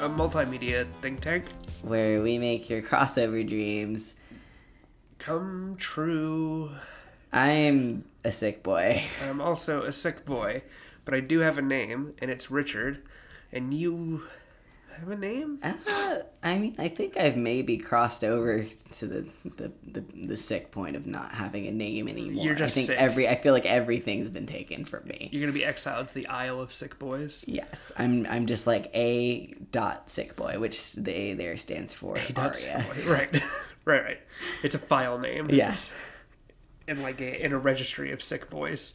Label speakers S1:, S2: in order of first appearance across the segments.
S1: multimedia think tank
S2: where we make your crossover dreams
S1: come true.
S2: I'm a sick boy.
S1: I'm also a sick boy, but I do have a name, and it's Richard. And you have a name?
S2: Uh, I mean, I think I've maybe crossed over to the the, the, the sick point of not having a name anymore.
S1: You're just
S2: I think
S1: sick.
S2: every I feel like everything's been taken from me.
S1: You're gonna be exiled to the Isle of Sick Boys.
S2: Yes, I'm I'm just like a dot sick boy, which the A there stands for
S1: Not sick
S2: Aria.
S1: boy. Right, right, right. It's a file name.
S2: Yes,
S1: in like a, in a registry of sick boys.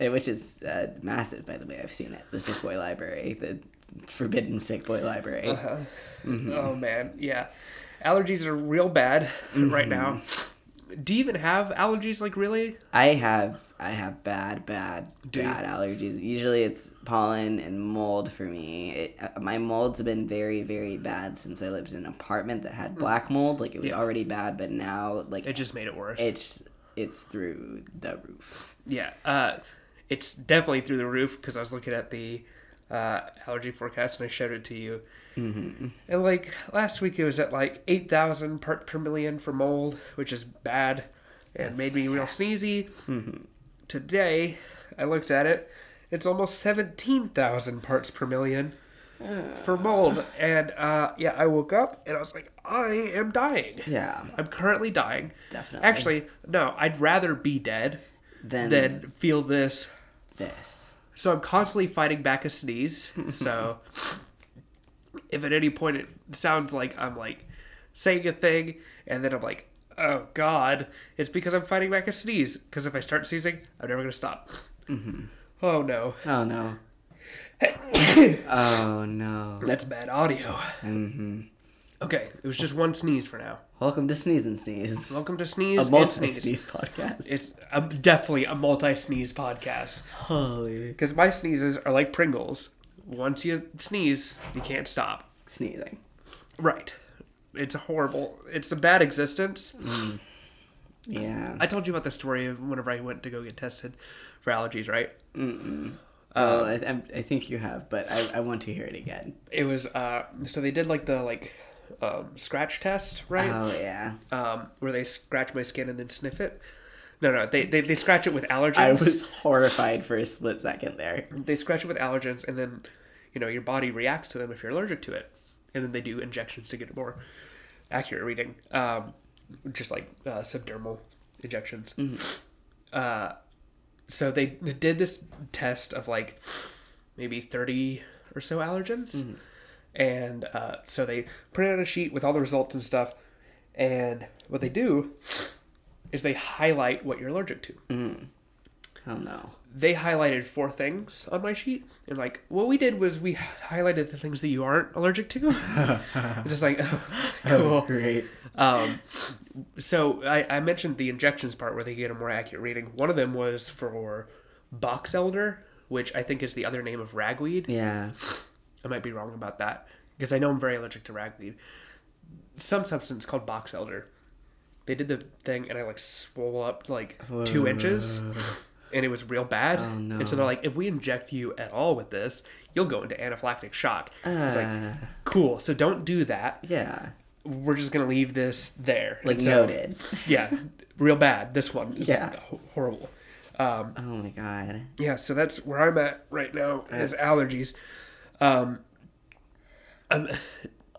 S2: Eh, which is uh, massive, by the way. I've seen it. The sick boy library, the forbidden sick boy library.
S1: Uh-huh. Oh man, yeah. Allergies are real bad right now. Do you even have allergies? Like really?
S2: I have I have bad bad
S1: you?
S2: bad allergies. Usually it's pollen and mold for me. It, uh, my mold's been very very bad since I lived in an apartment that had black mold. Like it was already bad, but now like
S1: Hmm. It just made it worse.
S2: it's it's through the roof.
S1: Yeah, uh, it's definitely through the roof because I was looking at the uh, allergy forecast and I showed it to you. Mm-hmm. And like last week, it was at like eight thousand part per million for mold, which is bad, and made me real sneezy. Today, I looked at it; it's almost seventeen thousand parts per million for mold, and uh, yeah, I woke up and I was like, I am dying.
S2: Yeah,
S1: I'm currently dying.
S2: Definitely.
S1: Actually, no, I'd rather be dead
S2: then,
S1: than feel this.
S2: this.
S1: So I'm constantly fighting back a sneeze. So if at any point it sounds like I'm like saying a thing and then I'm like, oh God, it's because I'm fighting back a sneeze. Because if I start sneezing, I'm never going to stop.
S2: Mm-hmm.
S1: Oh no.
S2: Oh no. oh no.
S1: That's bad audio. Mm-hmm. Okay, it was just one sneeze for now.
S2: Welcome to sneeze and sneeze.
S1: Welcome to Sneeze.
S2: A
S1: and
S2: multi sneeze podcast.
S1: It's a, definitely a multi sneeze podcast.
S2: Holy
S1: Because my sneezes are like Pringles. Once you sneeze, you can't stop.
S2: sneezing.
S1: Right. It's a horrible. It's a bad existence.
S2: Yeah.
S1: I told you about the story of whenever I went to go get tested for allergies. Right. uh,
S2: Well, Oh, I, I'm- I think you have, but I, I want to hear it again.
S1: It was. Uh, so they did like the like um, scratch test. Right.
S2: Oh yeah,
S1: um, where they scratch my skin and then sniff it. No, no. They they, they scratch it with allergens.
S2: I was horrified for a split second there.
S1: they scratch it with allergens and then you know your body reacts to them if you're allergic to it and then they do injections to get a more accurate reading um, just like uh, subdermal injections uh, so they did this test of like maybe 30 or so allergens and uh, so they print out a sheet with all the results and stuff and what they do is they highlight what you're allergic to
S2: Oh no.
S1: they highlighted four things on my sheet and like what we did was we highlighted the things that you aren't allergic to It's just like oh, cool
S2: Great.
S1: um, so I, I mentioned the injections part where they get a more accurate reading one of them was for box elder which i think is the other name of ragweed
S2: Yeah.
S1: i might be wrong about that because i know i'm very allergic to ragweed some substance called box elder they did the thing and i like swole up like two inches and it was real bad
S2: Oh, no.
S1: and so they're like if we inject you at all with this you'll go into anaphylactic shock it's like
S2: Ah.
S1: cool so don't do that
S2: Uh, Yeah.
S1: we're just gonna leave this there
S2: Like
S1: And so-
S2: noted.
S1: yeah real bad this one is
S2: Yeah.
S1: ho- horrible um
S2: Oh my god.
S1: yeah, so that's where I'm at right now is allergies. Um, um,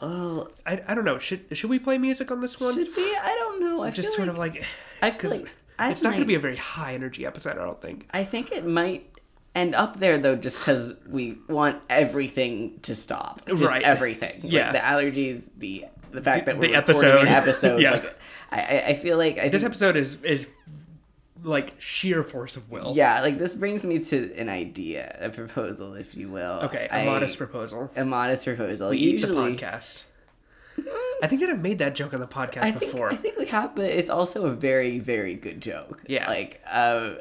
S2: Well,
S1: I, I don't know. Should should we play music on this one?
S2: should we? I don't know. I
S1: Just
S2: feel
S1: sort
S2: like,
S1: of like
S2: I feel
S1: because
S2: like I
S1: it's not going to
S2: might-
S1: be a very high energy episode. I don't think.
S2: I think it might end up there though, just because we want everything to stop. Just
S1: Right.
S2: Everything. Like,
S1: Yeah.
S2: the allergies. The the fact that
S1: The-
S2: we're
S1: the
S2: recording
S1: episode.
S2: an episode.
S1: Yeah.
S2: Like, I I- I feel like I
S1: This
S2: think
S1: episode is is like sheer force of will.
S2: Yeah, like this brings me to an idea, a proposal, if you will.
S1: Okay, a
S2: I-
S1: modest proposal.
S2: a modest proposal.
S1: Eat the
S2: Usually,
S1: podcast. I think that I've made that joke on the podcast
S2: I think
S1: before.
S2: I think we have, but it's also a very very good joke.
S1: Yeah.
S2: like um,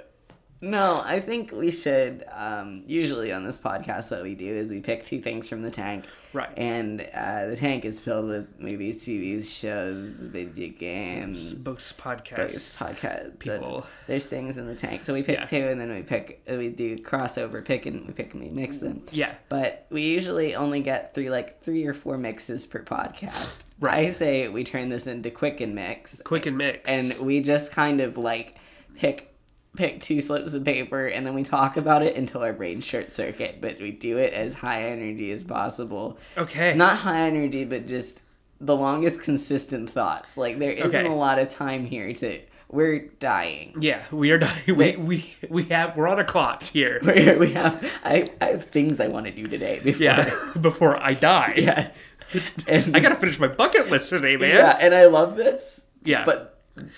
S2: No, I think we should. Um, usually on this podcast, what we do is we pick two things from the tank.
S1: Right.
S2: And uh, the tank is filled with movies, TVs, shows, video games,
S1: Books,
S2: various
S1: podcasts.
S2: podcast
S1: people.
S2: There's things in the tank, so we pick
S1: Yeah.
S2: two, and then we pick we do crossover pick, and we pick and we mix them.
S1: Yeah.
S2: But we usually only get three, like three or four mixes per podcast.
S1: Right.
S2: I say we turn this into quick and mix,
S1: Quick and mix.
S2: and we just kind of like pick pick two slips of paper and then we talk about it until our brain short circuit but we do it as high energy as possible
S1: okay.
S2: not high energy but just the longest consistent thoughts like there isn't
S1: Okay.
S2: a lot of time here to we're dying
S1: yeah, we are dying. We, we we have we're on a clock here.
S2: We're- we have I, I have things i want to do today before
S1: Yeah, before I die.
S2: yes and
S1: I gotta finish my bucket list today, man.
S2: yeah and i love this
S1: Yeah.
S2: but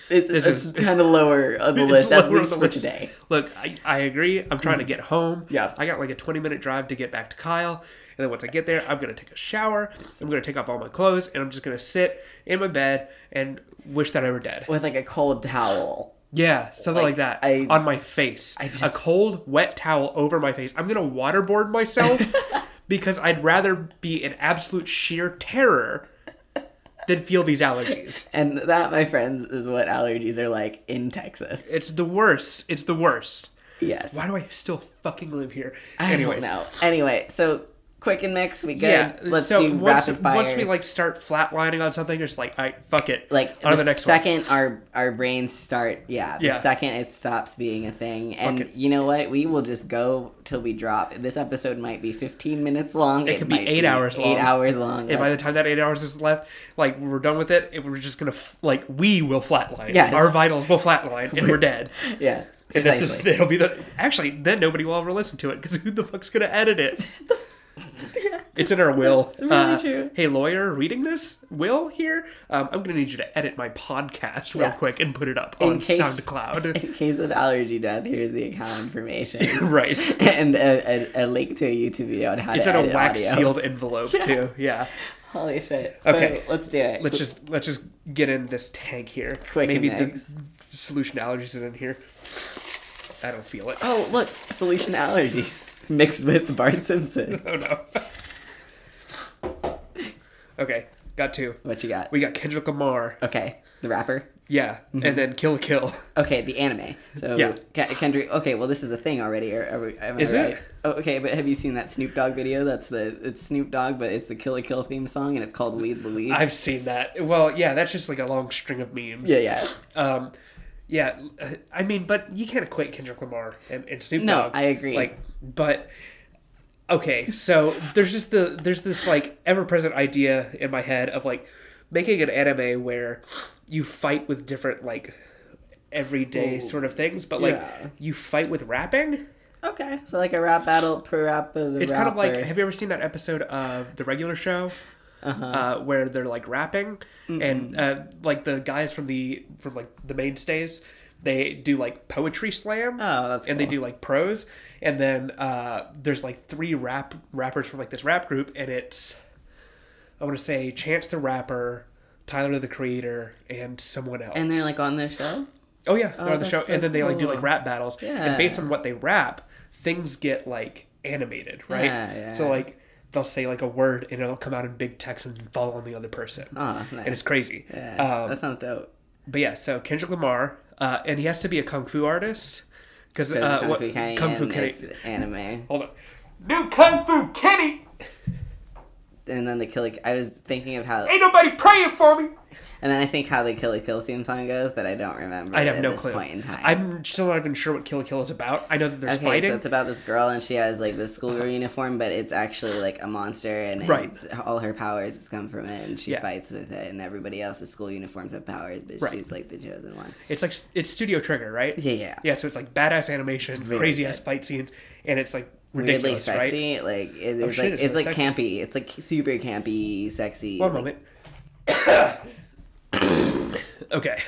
S2: it,
S1: This
S2: it's
S1: is-
S2: kind of lower on the
S1: It's
S2: list
S1: lower
S2: at
S1: on
S2: least
S1: the
S2: for
S1: list.
S2: today Mm-hmm.
S1: Look, I, I agree. I'm trying to get home.
S2: Yeah.
S1: I got like a 20 minute drive to get back to Kyle. And then once I get there, I'm going to take a shower. I'm going to take off all my clothes and I'm just going to sit in my bed and wish that I were dead.
S2: with like a cold towel
S1: Yeah, something
S2: Like,
S1: like, that.
S2: I-
S1: on my face. a
S2: just-
S1: cold, wet towel over my face. I'm going to waterboard myself because I'd rather be in absolute sheer terror than feel these allergies.
S2: And that, my friends, is what allergies are like in Texas.
S1: It's the worst. It's the worst.
S2: Yes.
S1: Eh, Why do I still fucking live here?
S2: I don't know. Anyway, so quick and mix, we good.
S1: Yeah.
S2: Let's
S1: so
S2: do
S1: once,
S2: rapid fire.
S1: once we like start flatlining on something, it's like, all right, fuck it.
S2: like
S1: on to
S2: the,
S1: the next one.
S2: second our our brains start, yeah, the
S1: Yeah.
S2: second it stops being a thing, and
S1: it.
S2: you know what? We will just go till we drop. This episode might be fifteen minutes long. It,
S1: could be
S2: might
S1: eight hours
S2: eight
S1: long.
S2: hours long.
S1: And by the time that eight hours is left, like we're done with it, it we're just gonna f- like we will flatline.
S2: Yes.
S1: Our vitals will flatline, and we're dead.
S2: yes,
S1: And that's
S2: precisely.
S1: just it'll be the actually then nobody will ever listen to it because who the fuck's gonna edit it? It's in our will.
S2: that's really
S1: Uh,
S2: true.
S1: Hey lawyer, reading this will here. Um, I'm gonna need you to edit my podcast real
S2: Yeah.
S1: quick and put it up
S2: In
S1: on
S2: case-
S1: SoundCloud.
S2: In case of allergy death, here's the account information.
S1: right.
S2: and a, a, a link to a YouTube video on how
S1: It's
S2: to
S1: in a
S2: edit
S1: wax
S2: audio.
S1: sealed envelope too. Yeah.
S2: Holy shit! So
S1: Okay.
S2: let's do it.
S1: Let's just let's just get in this tank here.
S2: Quick
S1: Maybe
S2: and
S1: the
S2: eggs.
S1: solution to allergies is in here. I don't feel it.
S2: oh look, solution allergies mixed with Bart Simpson.
S1: Oh no. okay, got two.
S2: What you got?
S1: We got Kendrick Lamar.
S2: Okay, the rapper.
S1: Yeah, and then Kill la Kill.
S2: Okay, the anime. So
S1: Yeah.
S2: Ke- Kendrick. Okay, well this is a thing already. Or are we, am I
S1: Is it?
S2: right? Oh, okay, but have you seen that Snoop Dogg video? That's the it's Snoop Dogg, but it's the Kill a Kill theme song, and it's called Lead the Lead.
S1: I've seen that. Well, yeah, that's just like a long string of memes.
S2: yeah, yeah.
S1: Um, yeah, I mean, but you can't equate Kendrick Lamar and, and Snoop
S2: No,
S1: Dogg.
S2: I agree.
S1: Like, but okay, so there's just the there's this like ever present idea in my head of like making an anime where you fight with different like everyday sort of things, but like
S2: yeah.
S1: you fight with rapping.
S2: Okay, so like a rap battle, pro rap of the
S1: It's kind of like
S2: rapper. Uh-huh.
S1: have you ever seen that episode of the regular show? Uh, where they're like rapping and uh, like the guys from the from like the mainstays they do like poetry slam
S2: Oh, that's
S1: and they
S2: cool.
S1: do like prose and then uh, there's like three rap rappers from like this rap group and it's i want to say chance the rapper tyler the creator and someone else
S2: and they're like on their show.
S1: Oh yeah, they're on the
S2: that's
S1: show,
S2: so
S1: and then they like do
S2: cool.
S1: like rap battles, and
S2: Yeah.
S1: based on what they rap, things get like animated, right?
S2: Yeah, yeah.
S1: So like they'll say like a word, and it'll come out in big text and fall on the other person,
S2: Oh,
S1: and
S2: nice.
S1: it's crazy.
S2: Yeah,
S1: Um,
S2: that sounds dope.
S1: but yeah, so Kendrick Lamar, uh, and he has to be a kung fu artist because uh,
S2: Kung
S1: what
S2: Fu Kenny
S1: kung fu
S2: and
S1: Kenny?
S2: it's anime.
S1: Hold on, new kung fu Kenny.
S2: And then the Kill. I was thinking of how,
S1: Ain't nobody praying for me.
S2: and then I think how the Kill a Kill theme song goes, but I don't remember.
S1: I have
S2: at
S1: no
S2: this
S1: clue.
S2: point in time.
S1: I'm still not even sure what Kill la Kill is about. I know that there's
S2: okay,
S1: fighting.
S2: so
S1: Uh-huh.
S2: it's about this girl, and she has like this schoolgirl uniform, but it's actually like a monster, and
S1: Right.
S2: it's, all her powers come from it, and she
S1: Yeah.
S2: fights with it, and everybody else's school uniforms have powers, but
S1: Right.
S2: she's like the chosen one.
S1: it's like it's Studio Trigger, right?
S2: Yeah, yeah.
S1: Yeah, so it's like badass animation,
S2: very
S1: crazy ass fight scenes, and it's like
S2: Weirdly
S1: ridiculous, right? Oh,
S2: sexy, like it- it's
S1: shit,
S2: like it's,
S1: it's
S2: like
S1: really sexy.
S2: campy. It's like super campy, sexy.
S1: One
S2: like,
S1: moment. okay.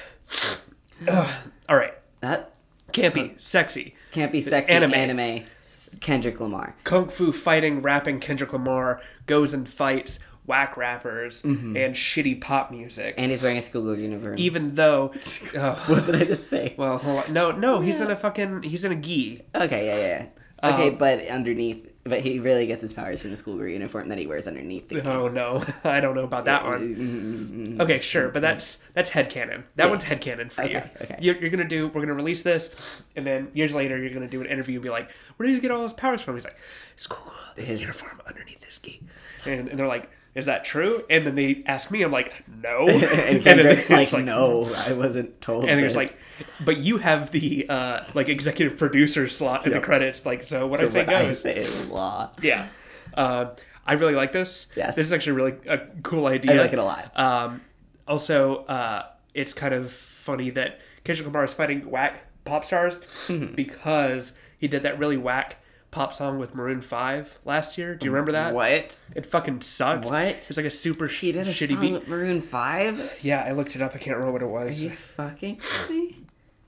S1: Ugh, all right.
S2: That
S1: Campy, sexy,
S2: campy, sexy
S1: anime.
S2: anime. anime. s- Kendrick Lamar.
S1: kung fu fighting, rapping. Kendrick Lamar goes and fights whack rappers and shitty pop music.
S2: And he's wearing a schoolgirl uniform.
S1: even though, oh,
S2: what did I just say?
S1: well, hold on. no, no, he's in a fucking he's in a gi.
S2: Okay, yeah, yeah. yeah. Okay,
S1: Um,
S2: but underneath, but he really gets his powers from the schoolgirl uniform that he wears underneath. The
S1: Oh no, I don't know about that one.
S2: Mm-mm-mm.
S1: Okay, sure, but that's that's headcanon.
S2: Yeah.
S1: That one's headcanon for
S2: Mm-hmm. Okay,
S1: you.
S2: okay.
S1: You're, you're gonna do. We're gonna release this, and then years later, you're gonna do an interview and be like, "Where did you get all those powers from?" He's like, "School
S2: His-
S1: uniform underneath this gi," and, and they're like, "Is that true?" And then they ask me, I'm like, "No,"
S2: and
S1: then
S2: Kendrick's
S1: it's
S2: like, no, I wasn't told.
S1: And
S2: this.
S1: there's like, but you have the uh, like executive producer slot in the credits, like so what I
S2: So
S1: say
S2: what I
S1: goes.
S2: say is law.
S1: Yeah. Uh, I really like this.
S2: Yes.
S1: This is actually really a cool idea.
S2: I like it a lot.
S1: Um, also, uh, it's kind of funny that Kendrick Lamar is fighting whack pop stars
S2: Mm-hmm.
S1: because he did that really whack pop song with Maroon 5 last year. Do you remember that?
S2: What?
S1: It fucking sucked.
S2: What?
S1: It's like a super sh-
S2: He did a
S1: shitty
S2: song
S1: beat.
S2: with Maroon Five.
S1: Yeah, I looked it up. I can't remember what it
S2: Are
S1: was.
S2: you fucking kidding me?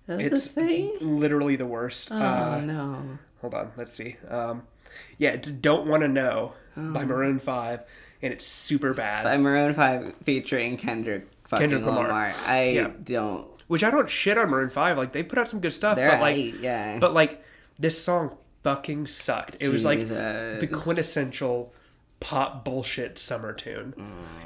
S2: That's
S1: It's
S2: a thing.
S1: literally the worst.
S2: Oh
S1: Uh,
S2: no!
S1: hold on let's see um yeah it's don't want to know
S2: Oh.
S1: by maroon 5 and it's super bad
S2: By Maroon Five featuring Kendrick fucking
S1: Kendrick Lamar.
S2: Lamar. I
S1: Yeah.
S2: don't.
S1: which i don't shit on maroon 5 like they put out some good stuff
S2: They're
S1: but like
S2: right, yeah.
S1: but like this song fucking sucked it was like the
S2: Jesus.
S1: quintessential pop bullshit summer tune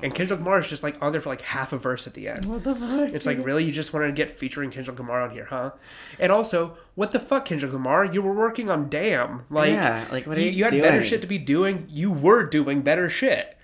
S1: and kendrick lamar is just like on there for like half a verse at the end
S2: What the fuck?
S1: It's like really, you just wanted to get featuring Kendrick Lamar on here, huh? And also, what the fuck, Kendrick Lamar? You were working on Damn, like,
S2: Yeah, like, what are you
S1: had better
S2: doing?
S1: shit to be doing. You were doing better shit.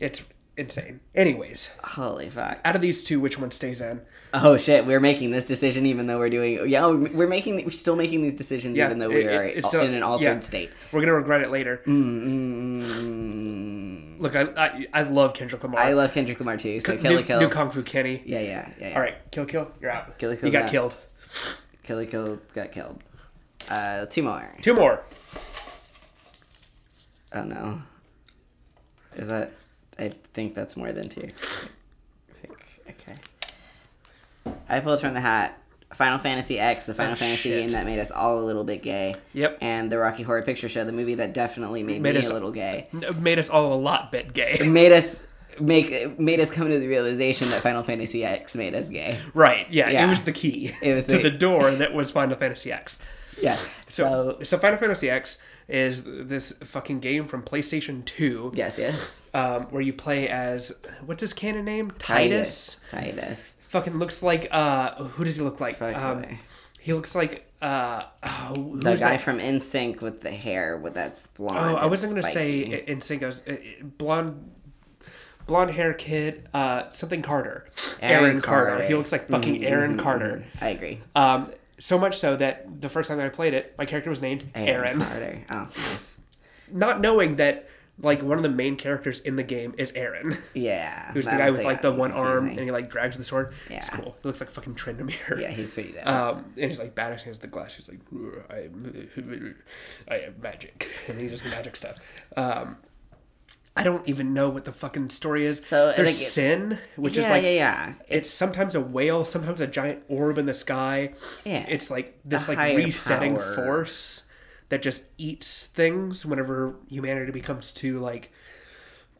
S1: It's insane. Anyways,
S2: holy fuck.
S1: out of these two, which one stays in?
S2: Oh shit, we're making this decision even though we're doing yeah, we're we're making we're still making these decisions
S1: Yeah,
S2: even though
S1: it-
S2: we
S1: it-
S2: are
S1: it's still-
S2: in an altered
S1: yeah.
S2: state. Mm.
S1: We're gonna regret it later.
S2: Mm-mm.
S1: Look, I, I I love Kendrick Lamar.
S2: mm. I love Kendrick Lamar too. So
S1: new,
S2: Kill la Kill.
S1: new Kung Fu Kenny.
S2: yeah, yeah, yeah, yeah.
S1: All right, kill, kill. You're out.
S2: Kill la
S1: you
S2: Kill's
S1: got
S2: out.
S1: killed.
S2: Kill la Kill got killed. Uh, two more.
S1: Two more.
S2: Oh no. Is that? I think that's more than two. I think- Okay. I pulled from the hat. Final Fantasy X, the Final
S1: Oh,
S2: Fantasy
S1: shit.
S2: game that made us all a little bit gay.
S1: Yep.
S2: And the Rocky Horror Picture Show, the movie that definitely made,
S1: Made
S2: me
S1: us-
S2: a little gay.
S1: N- Made us all a lot bit gay.
S2: made us make made us come to the realization that Final Fantasy X made us gay.
S1: right? Yeah, It
S2: Yeah.
S1: was the key
S2: It was
S1: to
S2: the-
S1: the door that was Final Fantasy X.
S2: Yeah.
S1: So,
S2: So,
S1: so Final Fantasy X is this fucking game from PlayStation Two,
S2: yes, yes.
S1: um, where you play as what's his canon name? Titus.
S2: Titus.
S1: Fucking looks like uh, who does he look like?
S2: Fuck
S1: Um,
S2: boy.
S1: he looks like uh, oh, who
S2: The
S1: is
S2: guy
S1: that?
S2: from NSYNC with the hair with that blonde.
S1: Oh, I
S2: and
S1: wasn't gonna
S2: spiky.
S1: say in sync. I was uh, uh, blonde, blonde hair kid, uh, something Carter. Aaron,
S2: Aaron
S1: Carter.
S2: Carter. Mm-hmm,
S1: He looks like fucking Aaron Carter.
S2: I agree.
S1: Um, so much so that the first time that I played it, my character was named Aaron.
S2: Carter. Oh, nice.
S1: not knowing that like one of the main characters in the game is Aaron,
S2: yeah.
S1: who's the
S2: that
S1: guy
S2: was,
S1: with like the one arm and
S2: confusing.
S1: he like drags the sword.
S2: Yeah.
S1: It's cool. He looks like fucking Trendomir.
S2: Yeah, he's pretty dope.
S1: Um, and he's like badass. He has the glass. He's like, "Ugh, I am, I am magic, and he does the magic stuff. Um, I don't even know what the fucking story is.
S2: So,
S1: there's
S2: like, it-
S1: sin, which
S2: yeah,
S1: is like
S2: yeah, yeah.
S1: it's sometimes a whale, sometimes a giant orb in the sky.
S2: Yeah.
S1: It's like this
S2: A
S1: like
S2: higher
S1: resetting
S2: power.
S1: force that just eats things whenever humanity becomes too like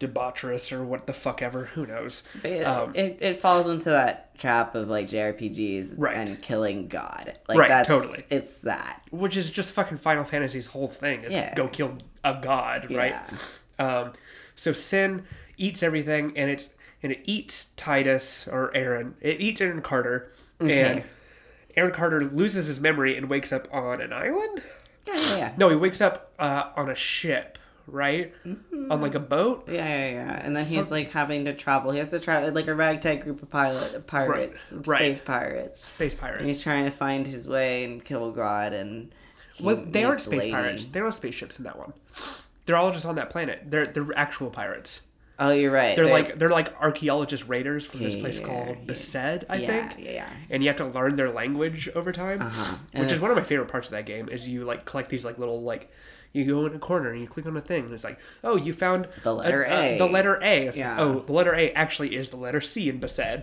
S1: debaucherous or what the fuck ever, who knows.
S2: But It,
S1: um,
S2: it, it falls into that trap of like JRPGs
S1: Right.
S2: and killing God. Like
S1: Right,
S2: that's,
S1: totally.
S2: It's that.
S1: which is just fucking Final Fantasy's whole thing is
S2: Yeah.
S1: go kill a god, right? Um, so sin eats everything, and it's and it eats Titus or Aaron. It eats Aaron Carter, and Aaron Carter loses his memory and wakes up on an island.
S2: Yeah, yeah, yeah.
S1: No, he wakes up uh, on a ship, right?
S2: Mm-hmm.
S1: On like a boat.
S2: Yeah, yeah, yeah. And then he's like having to travel. He has to travel like a ragtag group of pilot pirates,
S1: Right,
S2: space
S1: right.
S2: pirates.
S1: Space
S2: And
S1: pirates.
S2: he's trying to find his way and kill God. And he
S1: Well, they aren't
S2: meets
S1: space
S2: Lady.
S1: pirates. There are no spaceships in that one. They're all just on that planet. They're they're actual pirates.
S2: Oh, you're right.
S1: They're like they're like archaeologist raiders from this place
S2: Yeah,
S1: called
S2: yeah.
S1: Besed, I
S2: yeah,
S1: think.
S2: yeah, yeah. Uh-huh.
S1: And you have to learn their language over time,
S2: And
S1: which is
S2: it's-
S1: one of my favorite parts of that game. Is you like collect these like little like you go in a corner and you click on a thing and it's like oh you found
S2: The
S1: a-
S2: letter
S1: a-
S2: A.
S1: the letter A. It's like,
S2: Yeah.
S1: oh, the letter A actually is the letter C in Besed.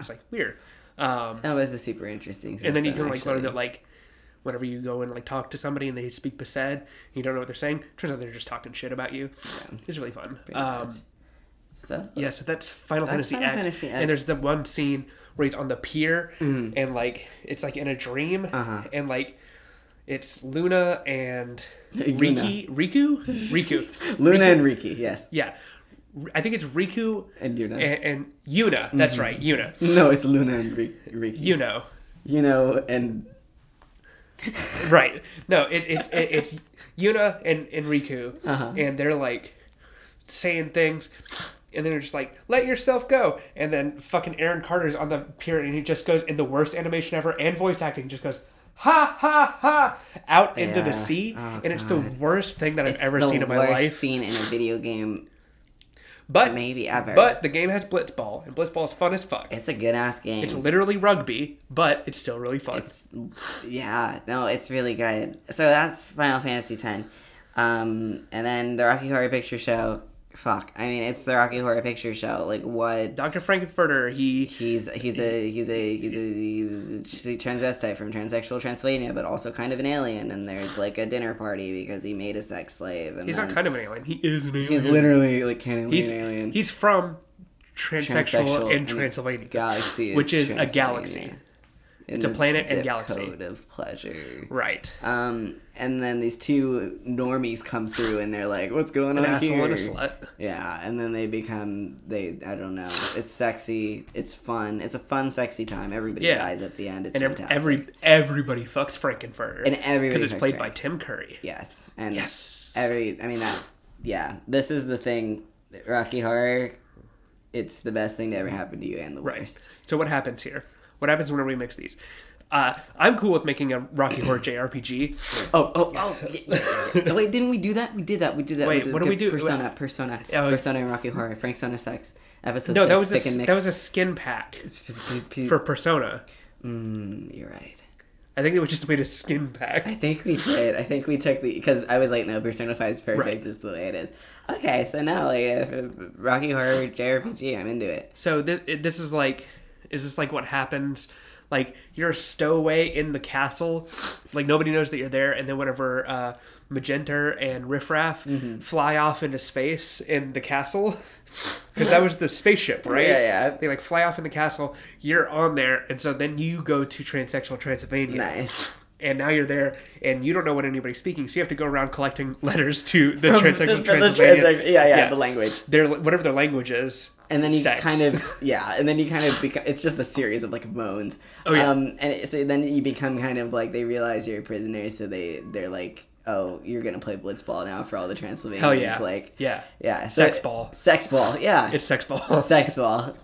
S1: It's like weird. Um,
S2: That was a super interesting.
S1: and then you
S2: system,
S1: can like learn
S2: actually.
S1: that like whenever you go and like talk to somebody and they speak Besed, and you don't know what they're saying. Turns out they're just talking shit about you. It's really fun. Um,
S2: much. So
S1: Yeah, so that's Final
S2: That's
S1: Fantasy,
S2: Final
S1: X.
S2: Fantasy X. Mm.
S1: And there's the one scene where he's on the pier and like it's like in a dream
S2: Uh-huh.
S1: and like it's Luna and
S2: Yuna.
S1: Riki Riku Riku.
S2: Luna and Riki, yes,
S1: yeah. R- I think it's Riku
S2: and Yuna.
S1: and, and Yuna. That's
S2: Mm-hmm.
S1: right, Yuna.
S2: no, it's Luna and Ri- Riki.
S1: You know.
S2: you know, and
S1: Right. No, it, it's it, it's Yuna and, and Riku,
S2: Uh-huh.
S1: and they're like saying things, and they're just like, "Let yourself go," and then fucking Aaron Carter's on the pier, and he just goes in the worst animation ever and voice acting, just goes. Ha ha ha! Out into
S2: Yeah.
S1: the sea,
S2: Oh,
S1: and it's the
S2: God.
S1: worst thing that I've
S2: it's
S1: ever
S2: the
S1: seen in my
S2: worst
S1: life.
S2: Seen in a video game,
S1: but
S2: maybe ever.
S1: but the game has blitzball, and blitzball is fun as fuck. It's,
S2: it's a good ass game.
S1: literally rugby, but it's still really fun.
S2: It's yeah, no, it's really good. So that's Final Fantasy X. Um, and then the Rocky Horror Picture Show. Fuck, I mean, it's the Rocky Horror Picture Show. Like what?
S1: Doctor Frankenfurter, he
S2: He's he's a he's a he's a, he's a transvestite from transsexual Transylvania, but also kind of an alien. And there's like a dinner party because he made a sex slave. And
S1: he's
S2: then,
S1: not kind of an alien. He is an alien.
S2: He's literally like kind of
S1: He's
S2: an alien.
S1: he's from transsexual,
S2: Transsexual
S1: in
S2: and
S1: Transylvania,
S2: galaxy, of
S1: which is a
S2: Transylvania.
S1: galaxy,
S2: In
S1: It's a
S2: the
S1: planet and
S2: zip
S1: galaxy.
S2: Code of pleasure.
S1: right?
S2: Um, and then these two normies come through and they're like, "What's going
S1: An
S2: on
S1: asshole
S2: here?"
S1: and a slut.
S2: Yeah, and then they become they. I don't know. It's sexy. It's fun. It's a fun, sexy time. Everybody
S1: Yeah.
S2: dies at the end. It's
S1: And every,
S2: fantastic.
S1: every everybody fucks Frankenfurter,
S2: And everybody
S1: because it's
S2: fucks
S1: played
S2: Frank.
S1: by Tim Curry.
S2: yes, and
S1: Yes.
S2: every. I mean that. Yeah, this is the thing. Rocky Horror. It's the best thing to ever happen to you, and the
S1: Right.
S2: worst.
S1: So what happens here? What happens when we mix these? Uh, I'm cool with making a Rocky Horror JRPG.
S2: Oh, oh, oh! yeah, yeah, yeah. Wait, didn't we do that? We did that. We did that.
S1: Wait,
S2: We did
S1: what do
S2: the
S1: we do?
S2: Persona, Persona,
S1: Oh,
S2: Persona, and Rocky Horror, Frank Sona Sex, episode.
S1: No,
S2: six,
S1: that was
S2: pick and
S1: a,
S2: mix.
S1: that was a skin pack
S2: P- p-
S1: for Persona.
S2: Mm, you're right.
S1: I think they just made a skin
S2: I
S1: pack.
S2: think we did. I think we took the because I was like, no, Persona Five is perfect.
S1: Right.
S2: Is the way it is. Okay, so now like if, if Rocky Horror JRPG, I'm into it.
S1: So th- it- this is like, is this like what happens? Like you're a stowaway in the castle, like nobody knows that you're there, and then whenever uh, Magenter and Riffraff
S2: Mm-hmm.
S1: fly off into space in the castle, because that was the spaceship, right?
S2: Yeah, yeah.
S1: They like fly off in the castle. You're on there, and so then you go to transsexual Transylvania.
S2: Nice.
S1: And now you're there, and you don't know what anybody's speaking, so you have to go around collecting letters to the
S2: The- the-
S1: transsexual
S2: the
S1: Transylvania.
S2: transac- yeah, yeah,
S1: Yeah.
S2: the language.
S1: their whatever their language is,
S2: and then you
S1: sex.
S2: kind of yeah and then you kind of become it's just a series of like moans
S1: Oh, yeah.
S2: um and it- so then you become kind of like they realize you're a prisoner so they they're like oh you're gonna play blitzball now for all the transylvanians
S1: Hell yeah.
S2: like
S1: yeah.
S2: yeah so-
S1: Sex ball.
S2: sex ball yeah
S1: It's sex ball.
S2: sex ball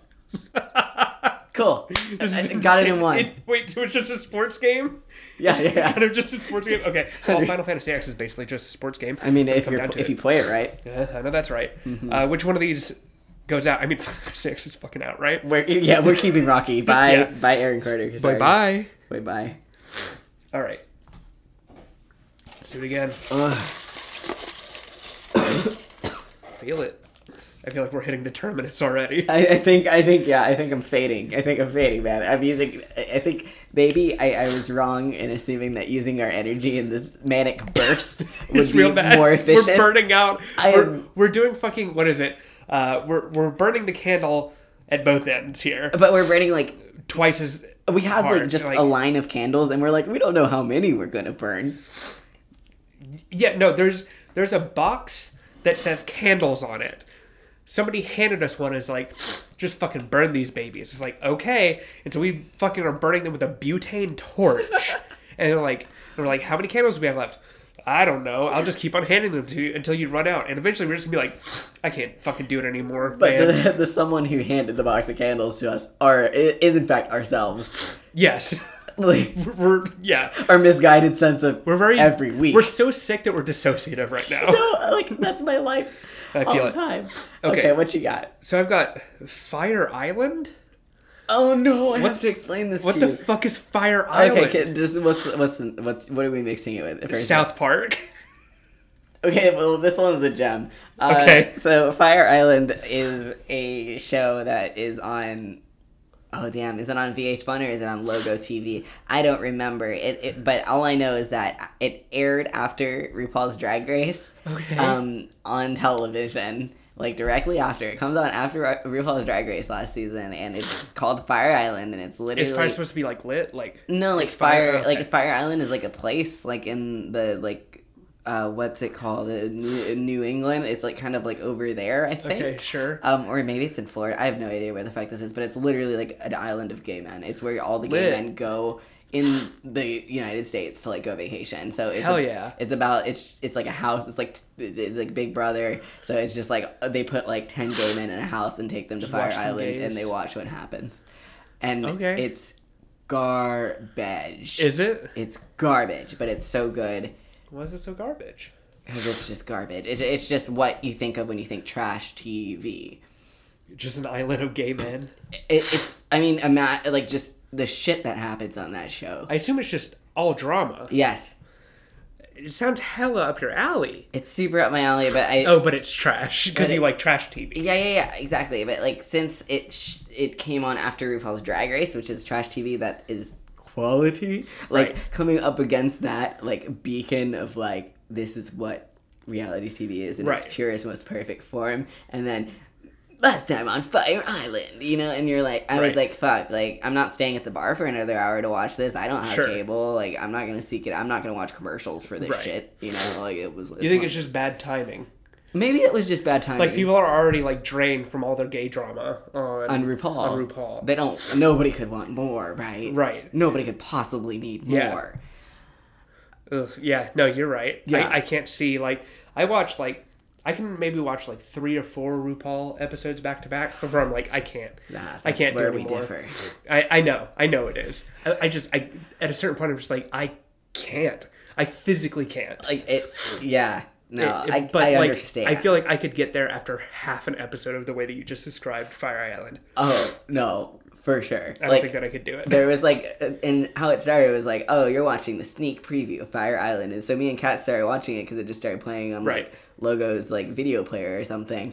S2: cool
S1: This is
S2: I got it in
S1: insane.
S2: one
S1: wait, so it's just a sports game?
S2: yeah
S1: Kind
S2: yeah
S1: of just a sports game? Okay. Well, Final Fantasy X is basically just a sports game.
S2: i mean if
S1: come
S2: you
S1: down to
S2: if
S1: it.
S2: you play it Mm-hmm. right
S1: Yeah, I know that's right. Uh, which one of these goes out? I mean, Final Fantasy X is fucking out, right?
S2: we're, yeah we're keeping rocky bye
S1: Yeah.
S2: bye aaron carter
S1: Bye bye.
S2: bye bye
S1: All right. Let's do it again. Feel it. I feel like we're hitting the terminus already.
S2: I, I think I think yeah I think I'm fading I think I'm fading man I'm using I I think maybe I, I was wrong in assuming that using our energy in this manic burst would
S1: It's
S2: be
S1: real bad.
S2: more efficient
S1: We're burning out.
S2: I
S1: we're,
S2: am-
S1: we're doing fucking what is it? Uh, we're we're burning the candle at both ends here.
S2: but we're burning like
S1: Twice as
S2: we have like
S1: Hard,
S2: just
S1: like-
S2: a line of candles and we're like we don't know how many we're gonna burn
S1: yeah. No, there's there's a box that says candles on it. Somebody handed us one. Is like, just fucking burn these babies. It's like okay, and so we fucking are burning them with a butane torch. and they're like, we're like, how many candles do we have left? I don't know. I'll just keep on handing them to you until you run out, and eventually we're just gonna be like, I can't fucking do it anymore.
S2: but
S1: man.
S2: the, the someone who handed the box of candles to us are i- is in fact ourselves
S1: yes.
S2: like
S1: we're yeah
S2: our misguided sense of
S1: we're very
S2: every week
S1: we're so sick that we're dissociative right now
S2: no like that's my life
S1: I
S2: all
S1: feel
S2: the
S1: it.
S2: time
S1: Okay.
S2: okay what you got
S1: so i've got fire island
S2: Oh no! I
S1: What-
S2: have to explain this.
S1: what
S2: to
S1: the
S2: you.
S1: fuck is fire
S2: okay,
S1: island
S2: okay, just what's what's what's what are we mixing it with? First of
S1: south park
S2: all- Okay, well this one's a gem. Uh,
S1: Okay.
S2: So Fire Island is a show that is on. Oh damn! Is it on VH1 or is it on Logo TV? I don't remember it, it but all I know is that it aired after RuPaul's Drag Race
S1: okay
S2: um, on television. like directly after. It comes on after Ru- RuPaul's Drag Race last season, and it's called Fire Island, and it's literally
S1: Is fire supposed to be like lit? Like
S2: no, like
S1: it's
S2: Fire,
S1: okay.
S2: like Fire Island is like a place, like in the like, uh, what's it called? Uh, New, New England. It's like kind of like over there, I think.
S1: okay, sure.
S2: Um, or maybe it's in Florida. I have no idea where the fuck this is, but it's literally like an island of gay men. It's where all the gay
S1: Lit.
S2: men go in the United States to like go vacation. So it's
S1: Hell yeah.
S2: It's about it's it's like a house. It's like it's like Big Brother. So it's just like they put like ten gay men in a house and take them to Fire
S1: watch them
S2: Island
S1: gays.
S2: and they watch what happens. And
S1: Okay.
S2: it's garbage.
S1: Is it?
S2: it's garbage, but it's so good.
S1: Why is it so garbage?
S2: Because it's just garbage. It's, it's just what you think of when you think trash TV.
S1: Just an island of gay men.
S2: it, it's I mean a ma- like just the shit that happens on that show.
S1: I assume it's just all drama.
S2: yes,
S1: It sounds hella up your alley.
S2: it's super up my alley, but I
S1: Oh, but it's trash because
S2: But
S1: you
S2: it-
S1: like trash TV.
S2: yeah yeah yeah exactly. But like since it sh- it came on after RuPaul's Drag Race, which is trash TV that is quality, like
S1: Right.
S2: coming up against that like beacon of like this is what reality TV is in
S1: Right.
S2: its purest, most perfect form, and then. Last time on Fire Island, you know, and you're like, I
S1: Right.
S2: was like, fuck, like, I'm not staying at the bar for another hour to watch this. I don't have
S1: Sure.
S2: cable. Like, I'm not gonna seek it. I'm not gonna watch commercials for this
S1: Right.
S2: shit. You know, like it was.
S1: You think it's just bad timing?
S2: maybe it was just bad timing.
S1: Like people are already like drained from all their gay drama on,
S2: on RuPaul.
S1: On RuPaul.
S2: They don't. Nobody could want more, right?
S1: Right.
S2: Nobody could possibly need
S1: Yeah.
S2: more.
S1: Ugh, yeah, no, you're right.
S2: Yeah.
S1: I, I can't see like I watch like I can maybe watch like three or four RuPaul episodes back to back before I'm like I can't.
S2: Nah,
S1: I
S2: that's
S1: can't
S2: where
S1: do
S2: we
S1: it anymore.
S2: differ.
S1: I I know I know it is. I, I just I at a certain point I'm just like I can't. I physically can't.
S2: Like it. Yeah. No,
S1: It- it-
S2: Uh, I, I
S1: like,
S2: understand.
S1: I feel like I could get there after half an episode of the way that you just described Fire Island.
S2: Oh no, for sure.
S1: I don't
S2: like
S1: think that I could do it.
S2: there was like, and how it started was like, oh, you're watching the sneak preview of Fire Island, and so me and Kat started watching it because it just started playing on
S1: Right.
S2: like logos like video player or something.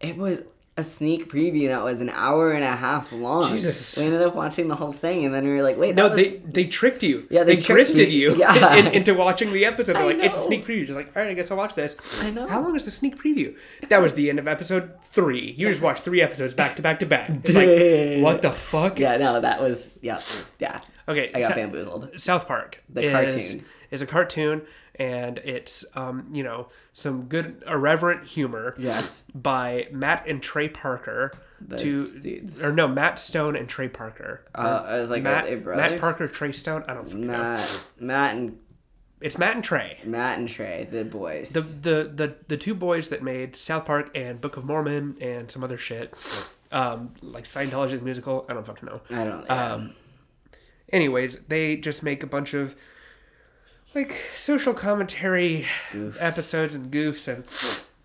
S2: It was a sneak preview that was an hour and a half long.
S1: Jesus.
S2: We ended up watching the whole thing, and then we were like, wait,
S1: No,
S2: that was-
S1: they they tricked you.
S2: Yeah, they tricked
S1: grifted
S2: me.
S1: you
S2: Yeah.
S1: in- into watching the episode. They're
S2: I
S1: like, it's a
S2: know.
S1: sneak preview. Just like, all right, I guess I'll watch this.
S2: I know.
S1: How long is the sneak preview? That was the end of episode three. You just watched three episodes back to back to back. It's
S2: Dude.
S1: like, what the fuck?
S2: Yeah, no, that was yeah, yeah.
S1: Okay,
S2: I got
S1: Sa-
S2: bamboozled.
S1: South Park.
S2: The cartoon.
S1: is a cartoon, and it's um you know some good irreverent humor.
S2: Yes.
S1: By Matt and Trey Parker.
S2: Those
S1: to
S2: dudes.
S1: or no Matt Stone and Trey Parker.
S2: Uh, I was like, Matt, are they
S1: Matt,
S2: brothers?
S1: Matt Parker, Trey Stone. I don't fucking know.
S2: Matt, Matt and
S1: It's Matt and Trey.
S2: Matt and Trey, the boys.
S1: the the the the two boys that made South Park and Book of Mormon and some other shit, um, like Scientology the musical. I don't fucking know.
S2: I don't.
S1: Um, anyways, they just make a bunch of like social commentary
S2: Goofs.
S1: episodes and goofs, and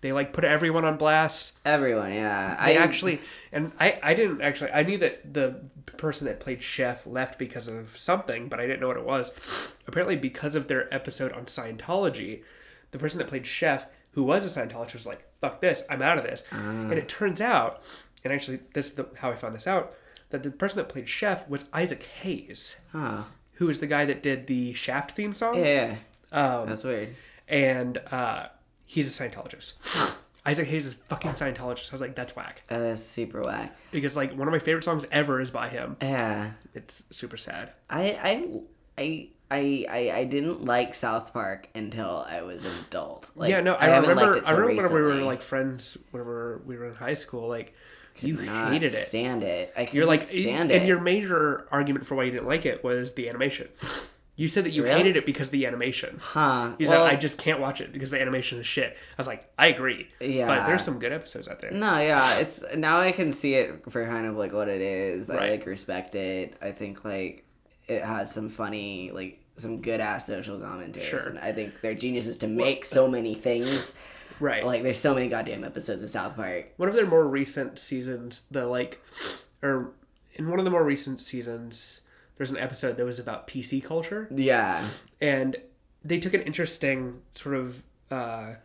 S1: they like put everyone on blast.
S2: everyone, yeah.
S1: They actually, and I I didn't actually I knew that the person that played Chef left because of something, but I didn't know what it was. Apparently, because of their episode on Scientology, the person that played Chef, who was a Scientologist, was like, "Fuck this, I'm out of this." And it turns out, and actually, this is the, how I found this out, that the person that played Chef was Isaac Hayes,
S2: Huh.
S1: who is the guy that did the Shaft theme song,
S2: Yeah.
S1: um,
S2: That's weird.
S1: and uh, he's a Scientologist. Isaac Hayes is a fucking Scientologist. I was like, that's whack
S2: That is Uh, super whack.
S1: because like one of my favorite songs ever is by him.
S2: Yeah.
S1: It's super sad.
S2: I I I I I, I didn't like South Park until I was an adult. Like,
S1: yeah, no, I,
S2: haven't liked
S1: remember.
S2: it
S1: I
S2: till
S1: remember when we were
S2: recently.
S1: like friends whenever we were in high school. Like you
S2: Not
S1: hated it.
S2: Stand it. I
S1: You're like,
S2: stand it.
S1: and your major argument for why you didn't like it was the animation. You said that you
S2: Really?
S1: hated it because of the animation.
S2: huh.
S1: You
S2: well,
S1: said I just can't watch it because the animation is shit. I was like, I agree. but
S2: Yeah.
S1: there's some good episodes out there.
S2: No, yeah, it's now I can see it for kind of like what it is.
S1: Right.
S2: I like respect it. I think like it has some funny, like some good ass social commentaries.
S1: Sure.
S2: And I think their genius is to make so many things.
S1: Right.
S2: Like there's so many goddamn episodes of South Park.
S1: one of their more recent seasons, the like, or in one of the more recent seasons, there's an episode that was about PC culture.
S2: Yeah.
S1: and they took an interesting sort of uh,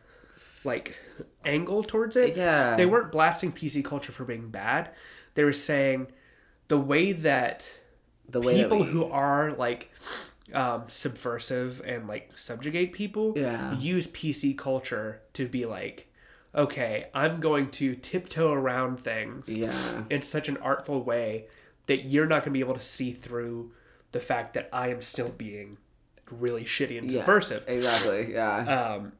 S1: like angle towards it.
S2: Yeah.
S1: they weren't blasting PC culture for being bad. They were saying the way that
S2: The way that
S1: people
S2: we-
S1: who are like um, subversive and like subjugate people
S2: Yeah.
S1: use PC culture to be like, okay, I'm going to tiptoe around things
S2: Yeah.
S1: in such an artful way that you're not going to be able to see through the fact that I am still being really shitty and
S2: Yeah.
S1: subversive.
S2: Exactly. Yeah.
S1: Um,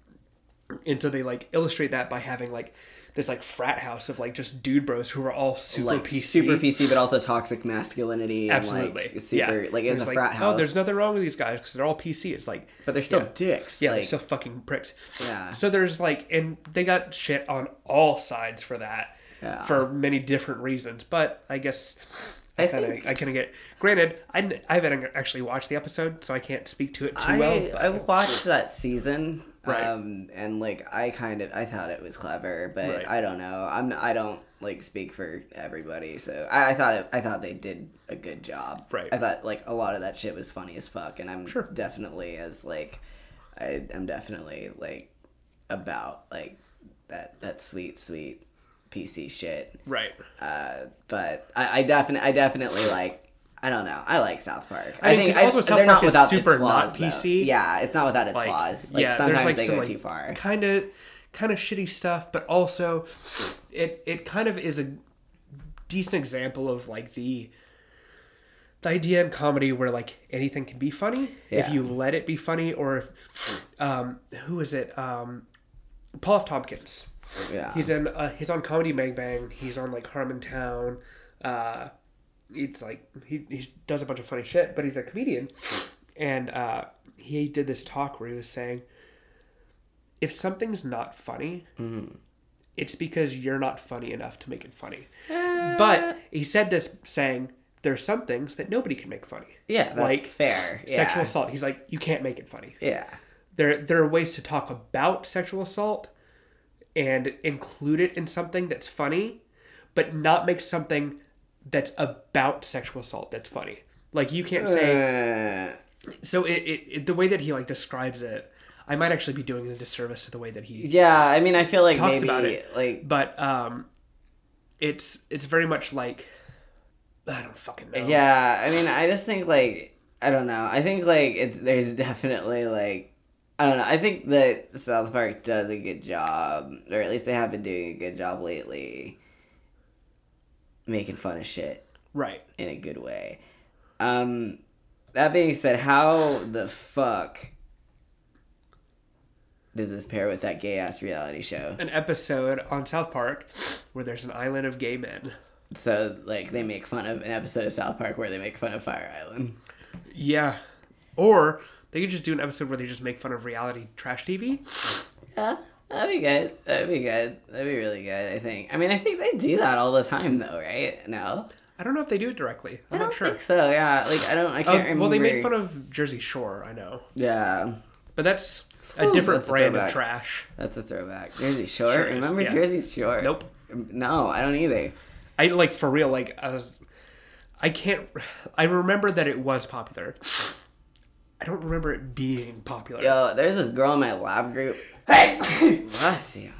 S1: and so they like illustrate that by having like this like frat house of like just dude bros who are all super
S2: like
S1: PC.
S2: super PC, but also toxic masculinity. and,
S1: Absolutely.
S2: Like, it's super.
S1: yeah.
S2: Like it's
S1: It's
S2: a frat house.
S1: Oh, there's nothing wrong with these guys because they're all PC. It's like,
S2: but they're still
S1: yeah.
S2: dicks.
S1: yeah,
S2: Like,
S1: they're still fucking pricks.
S2: Yeah.
S1: So there's like, and they got shit on all sides for that,
S2: Yeah.
S1: for many different reasons. But I guess I
S2: I
S1: kind
S2: think-
S1: of I kind of get. Granted, I, didn't- I haven't actually watched the episode, so I can't speak to it too
S2: I,
S1: well. but-
S2: I watched that season.
S1: Right.
S2: Um, and like I kind of I thought it was clever, but
S1: Right.
S2: I don't know. I'm I don't like speak for everybody, so I, I thought it, I thought they did a good job.
S1: Right.
S2: I thought like a lot of that shit was funny as fuck, and I'm
S1: Sure.
S2: definitely as like I am definitely like about like that that sweet sweet PC shit.
S1: right.
S2: Uh, but I, I definitely, I definitely like. I don't know. I like South Park. I,
S1: I mean,
S2: think
S1: 'cause
S2: I,
S1: also South
S2: they're
S1: Park
S2: not
S1: is
S2: without
S1: super
S2: its flaws.
S1: not
S2: though.
S1: PC.
S2: Yeah, it's not without its
S1: Like,
S2: flaws. Like
S1: yeah, there's,
S2: sometimes
S1: like,
S2: they
S1: some,
S2: go
S1: like,
S2: too far.
S1: Kind of kind of shitty stuff, but also it it kind of is a decent example of like the the idea in comedy where like anything can be funny if
S2: Yeah.
S1: you let it be funny or if um who is it um Paul F. Tompkins
S2: Yeah,
S1: he's in uh, he's on comedy Bang Bang he's on like Harmontown uh it's like he, he does a bunch of funny shit but he's a comedian and uh he did this talk where he was saying if something's not funny
S2: Mm-hmm.
S1: it's because you're not funny enough to make it funny
S2: Uh.
S1: but he said this saying there's some things that nobody can make funny
S2: yeah, that's
S1: like
S2: fair. Yeah.
S1: sexual assault he's like you can't make it funny
S2: Yeah,
S1: there there are ways to talk about sexual assault and include it in something that's funny but not make something that's about sexual assault that's funny like you can't say
S2: Uh,
S1: so it, it, it the way that he like describes it i might actually be doing a disservice to the way that he
S2: yeah. I mean, I feel like
S1: Talks
S2: maybe
S1: about it.
S2: like
S1: but um it's it's very much like i don't fucking know
S2: Yeah, I mean, I just think like I don't know. I think like it's there's definitely like I don't know. I think that South Park does a good job, or at least they have been doing a good job lately, making fun of shit
S1: right
S2: in a good way. Um, that being said, how the fuck does this pair with that gay ass reality show?
S1: an episode on south park where there's an island of gay men
S2: So like they make fun of an episode of South Park where they make fun of Fire Island.
S1: Yeah. Or they could just do an episode where they just make fun of reality trash TV.
S2: Yeah, that'd be good. That'd be good. That'd be really good. I think. I mean, I think they do that all the time, though, right? No,
S1: I don't know if they do it directly. I'm
S2: I don't
S1: not sure.
S2: think so. Yeah, like I don't. I
S1: Oh,
S2: can't remember.
S1: well, they made fun of Jersey Shore, I know.
S2: Yeah,
S1: But that's a
S2: Ooh,
S1: different
S2: that's a
S1: brand of
S2: throwback.
S1: trash.
S2: that's a throwback. Jersey Shore.
S1: Sure is,
S2: remember
S1: yeah.
S2: Jersey Shore?
S1: Nope.
S2: No, I don't either.
S1: I like for real like I was I can't I remember that it was popular. I don't remember it being popular.
S2: Yo, there's this girl in my lab group. Hey, bless you.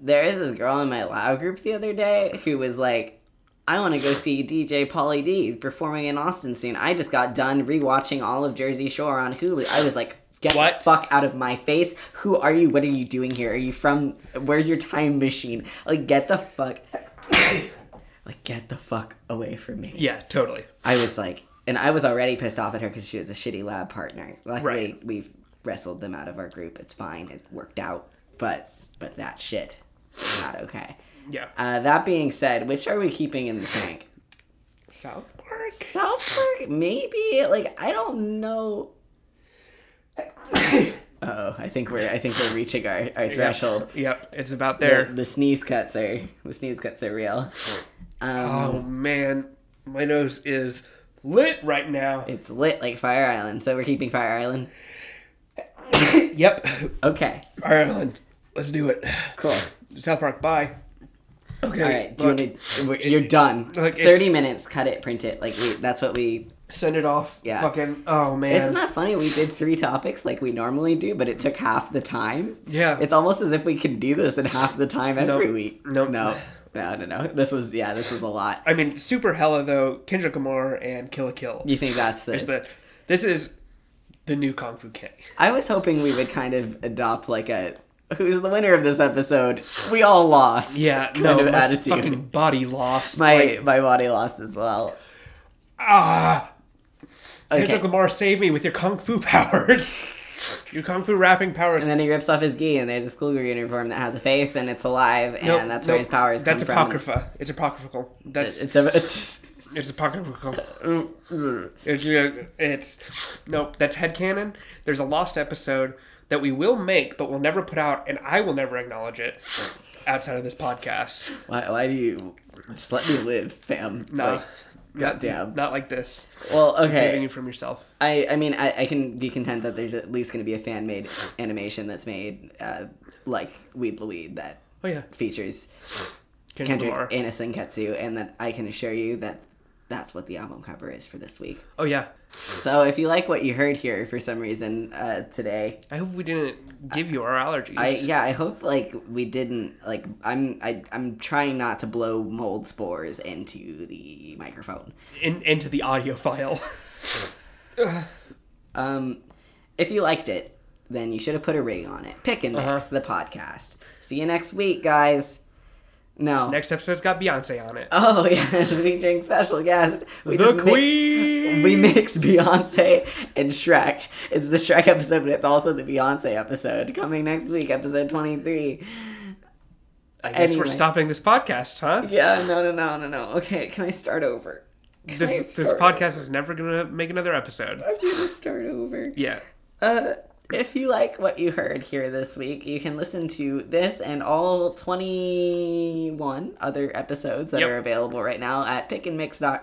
S2: there is this girl in my lab group the other day who was like, I want to go see DJ Pauly D. He's performing in Austin soon. I just got done rewatching all of Jersey Shore on Hulu. I was like, get
S1: What?
S2: the fuck out of my face. Who are you? What are you doing here? Are you from, where's your time machine? Like, get the fuck, like, get the fuck away from me.
S1: Yeah, totally.
S2: I was like, and I was already pissed off at her because she was a shitty lab partner. Luckily,
S1: Right.
S2: we've wrestled them out of our group. It's fine. It worked out. But but that shit, is not okay.
S1: Yeah.
S2: Uh, that being said, which are we keeping in the tank?
S1: South Park?
S2: South Park, maybe. Like I don't know. oh, I think we're I think we're reaching our, our threshold.
S1: Yep, it's about
S2: The,
S1: there.
S2: the sneeze cuts are the sneeze cuts are real. Um,
S1: Oh man, my nose is lit right now.
S2: It's lit like Fire Island, so we're keeping Fire Island.
S1: Yep.
S2: Okay,
S1: Ireland. Let's do it.
S2: cool.
S1: South Park, bye. Okay.
S2: All right, do
S1: look,
S2: you want to, you're done.
S1: look, it's-
S2: Thirty minutes, cut it, print it. Like we, that's what we.
S1: send it off.
S2: Yeah.
S1: Fucking oh man.
S2: Isn't that funny? We did three topics like we normally do, but it took half the time.
S1: Yeah.
S2: It's almost as if we could do this in half the time every
S1: Nope.
S2: week.
S1: Nope.
S2: No, no, no, no. This was yeah, this was a lot.
S1: I mean, super hella though. Kendrick Lamar and Kill a Kill.
S2: You think that's the?
S1: Is that this is the new Kung Fu Kenny?
S2: I was hoping we would kind of adopt like a who's the winner of this episode? We all lost.
S1: Yeah,
S2: kind
S1: no,
S2: of
S1: my
S2: attitude.
S1: fucking body loss.
S2: my
S1: like,
S2: my body lost as well.
S1: ah, Kendrick
S2: Okay.
S1: Lamar, save me with your kung fu powers, your kung fu rapping powers.
S2: And then he rips off his gi, and there's a schoolgirl uniform that has a face, and it's alive, and
S1: Nope,
S2: that's where
S1: nope,
S2: his powers
S1: That's
S2: come from.
S1: apocrypha. It's apocryphal. That's
S2: It's, a, it's
S1: it's apocryphal. It's, uh, it's nope. That's headcanon. There's a lost episode that we will make, but we'll never put out, and I will never acknowledge it outside of this podcast.
S2: why, why do you just let me live, fam?
S1: No,
S2: Like, goddamn.
S1: not, not like this.
S2: well,
S1: Saving
S2: okay.
S1: you from yourself.
S2: I, I mean, I, I can be content that there's at least going to be a fan made animation that's made, uh, like Weed the Weed, that
S1: Oh yeah,
S2: features
S1: Kendrick, Lamar.
S2: Kendrick in a Senketsu, and that I can assure you that that's what the album cover is for this week.
S1: Oh yeah.
S2: So if you like what you heard here for some reason uh, today,
S1: I hope we didn't give you our allergies.
S2: I yeah, I hope like we didn't like I'm I I'm trying not to blow mold spores into the microphone.
S1: In, into the audio file.
S2: Um, if you liked it, then you should have put a ring on it. Pick and
S1: Uh-huh.
S2: mix the podcast. See you next week, guys. No.
S1: Next episode's got Beyonce on it.
S2: Oh yeah, featuring special guest. We
S1: the
S2: just mi-
S1: Queen.
S2: we mix Beyonce and Shrek. It's the Shrek episode, but it's also the Beyonce episode coming next week, episode 23.
S1: I guess we're
S2: anyway.
S1: stopping this podcast, huh?
S2: Yeah, no, no, no, no, no. Okay, can I start over? Can I
S1: This this
S2: start
S1: podcast is never gonna make another episode.
S2: over? I'm gonna start over.
S1: Yeah.
S2: Uh, if you like what you heard here this week, you can listen to this and all 21 other episodes that
S1: Yep.
S2: are available right now at pickandmix.com.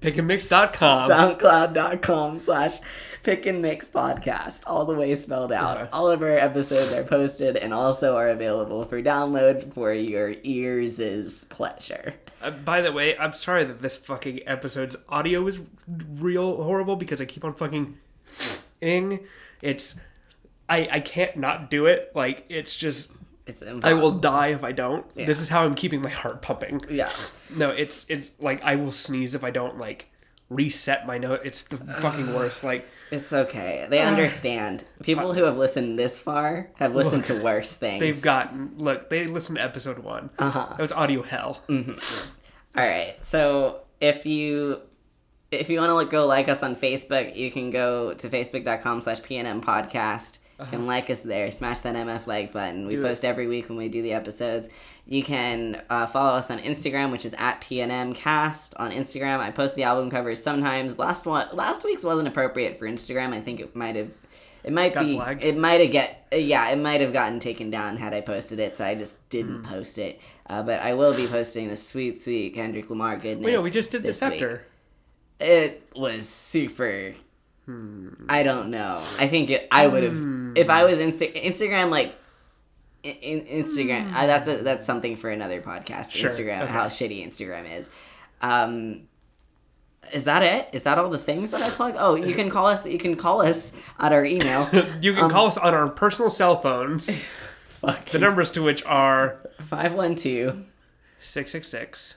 S1: Pickandmix.com.
S2: soundcloud.com slash pick and mix podcast all the way spelled out
S1: Uh-huh.
S2: all of our episodes are posted and also are available for download for your ears' pleasure
S1: Uh, by the way, I'm sorry that this fucking episode's audio is real horrible because I keep on fucking ing. It's I I can't not do it. Like it's just
S2: it's
S1: I will die if I don't. This
S2: Yeah.
S1: is how I'm keeping my heart pumping.
S2: yeah
S1: No, it's it's like I will sneeze if I don't like reset my note. It's the fucking worst. Like
S2: it's okay they understand people who have listened this far have listened to worse things
S1: they've gotten look, they listened to episode one.
S2: uh-huh. Mm.
S1: That was audio hell.
S2: all right so if you if you want to go like us on facebook you can go to facebook.com slash pnm podcast and like us there smash that mf like button we
S1: Uh-huh. Do it.
S2: post every week when we do the episodes you can uh, follow us on instagram which is at pnm cast on instagram i post the album covers sometimes last one last week's wasn't appropriate for instagram i think it might have it might
S1: Got
S2: be
S1: flagged?
S2: it might have get uh, yeah it might have gotten taken down had i posted it so i just didn't
S1: Hmm.
S2: post it uh, but i will be posting the sweet sweet kendrick lamar goodness
S1: Well, Oh, yeah, we just did the
S2: this week.
S1: scepter.
S2: It was super.
S1: Hmm.
S2: I don't know. I think it, I would have if I was Insta- Instagram like in, in- Instagram. I, that's a, that's something for another podcast.
S1: Hmm. Sure,
S2: Instagram,
S1: okay.
S2: how shitty Instagram is. Um, is that it? Is that all the things that I plug? Oh, you can call us. You can call us at our email.
S1: You
S2: Um,
S1: can call us on our personal cell phones, the numbers to which are
S2: Five one two.
S1: 666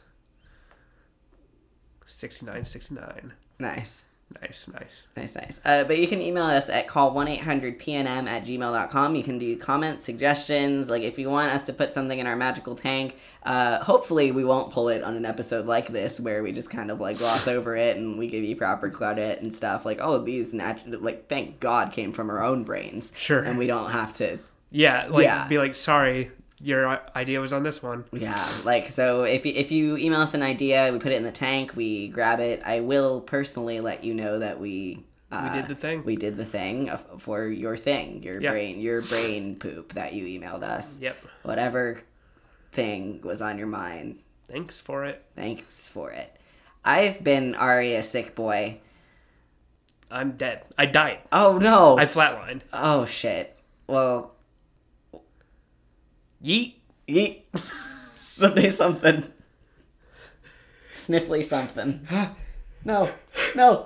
S1: 6969.
S2: Nice.
S1: Nice, nice.
S2: Nice, nice. Uh, but you can email us at call 1 800 PNM at gmail.com. You can do comments, suggestions. Like, if you want us to put something in our magical tank, uh, hopefully we won't pull it on an episode like this where we just kind of like gloss over it and we give you proper credit and stuff. Like, all of these, natu- like, thank God came from our own brains.
S1: Sure.
S2: And we don't have to
S1: Yeah, like
S2: Yeah.
S1: be like, sorry, your i- idea was on this one.
S2: Yeah, like so if you, if you email us an idea, we put it in the tank, we grab it. I will personally let you know that we uh,
S1: did the thing.
S2: We did the thing of- for your thing, your
S1: Yeah.
S2: brain, your brain poop that you emailed us.
S1: Yep.
S2: Whatever thing was on your mind.
S1: Thanks for it.
S2: Thanks for it. I've been Aria sick boy.
S1: I'm dead. I died.
S2: Oh no.
S1: I flatlined.
S2: Oh shit. Well,
S1: Yeet.
S2: yeet. Someday something. Sniffly something. No. No.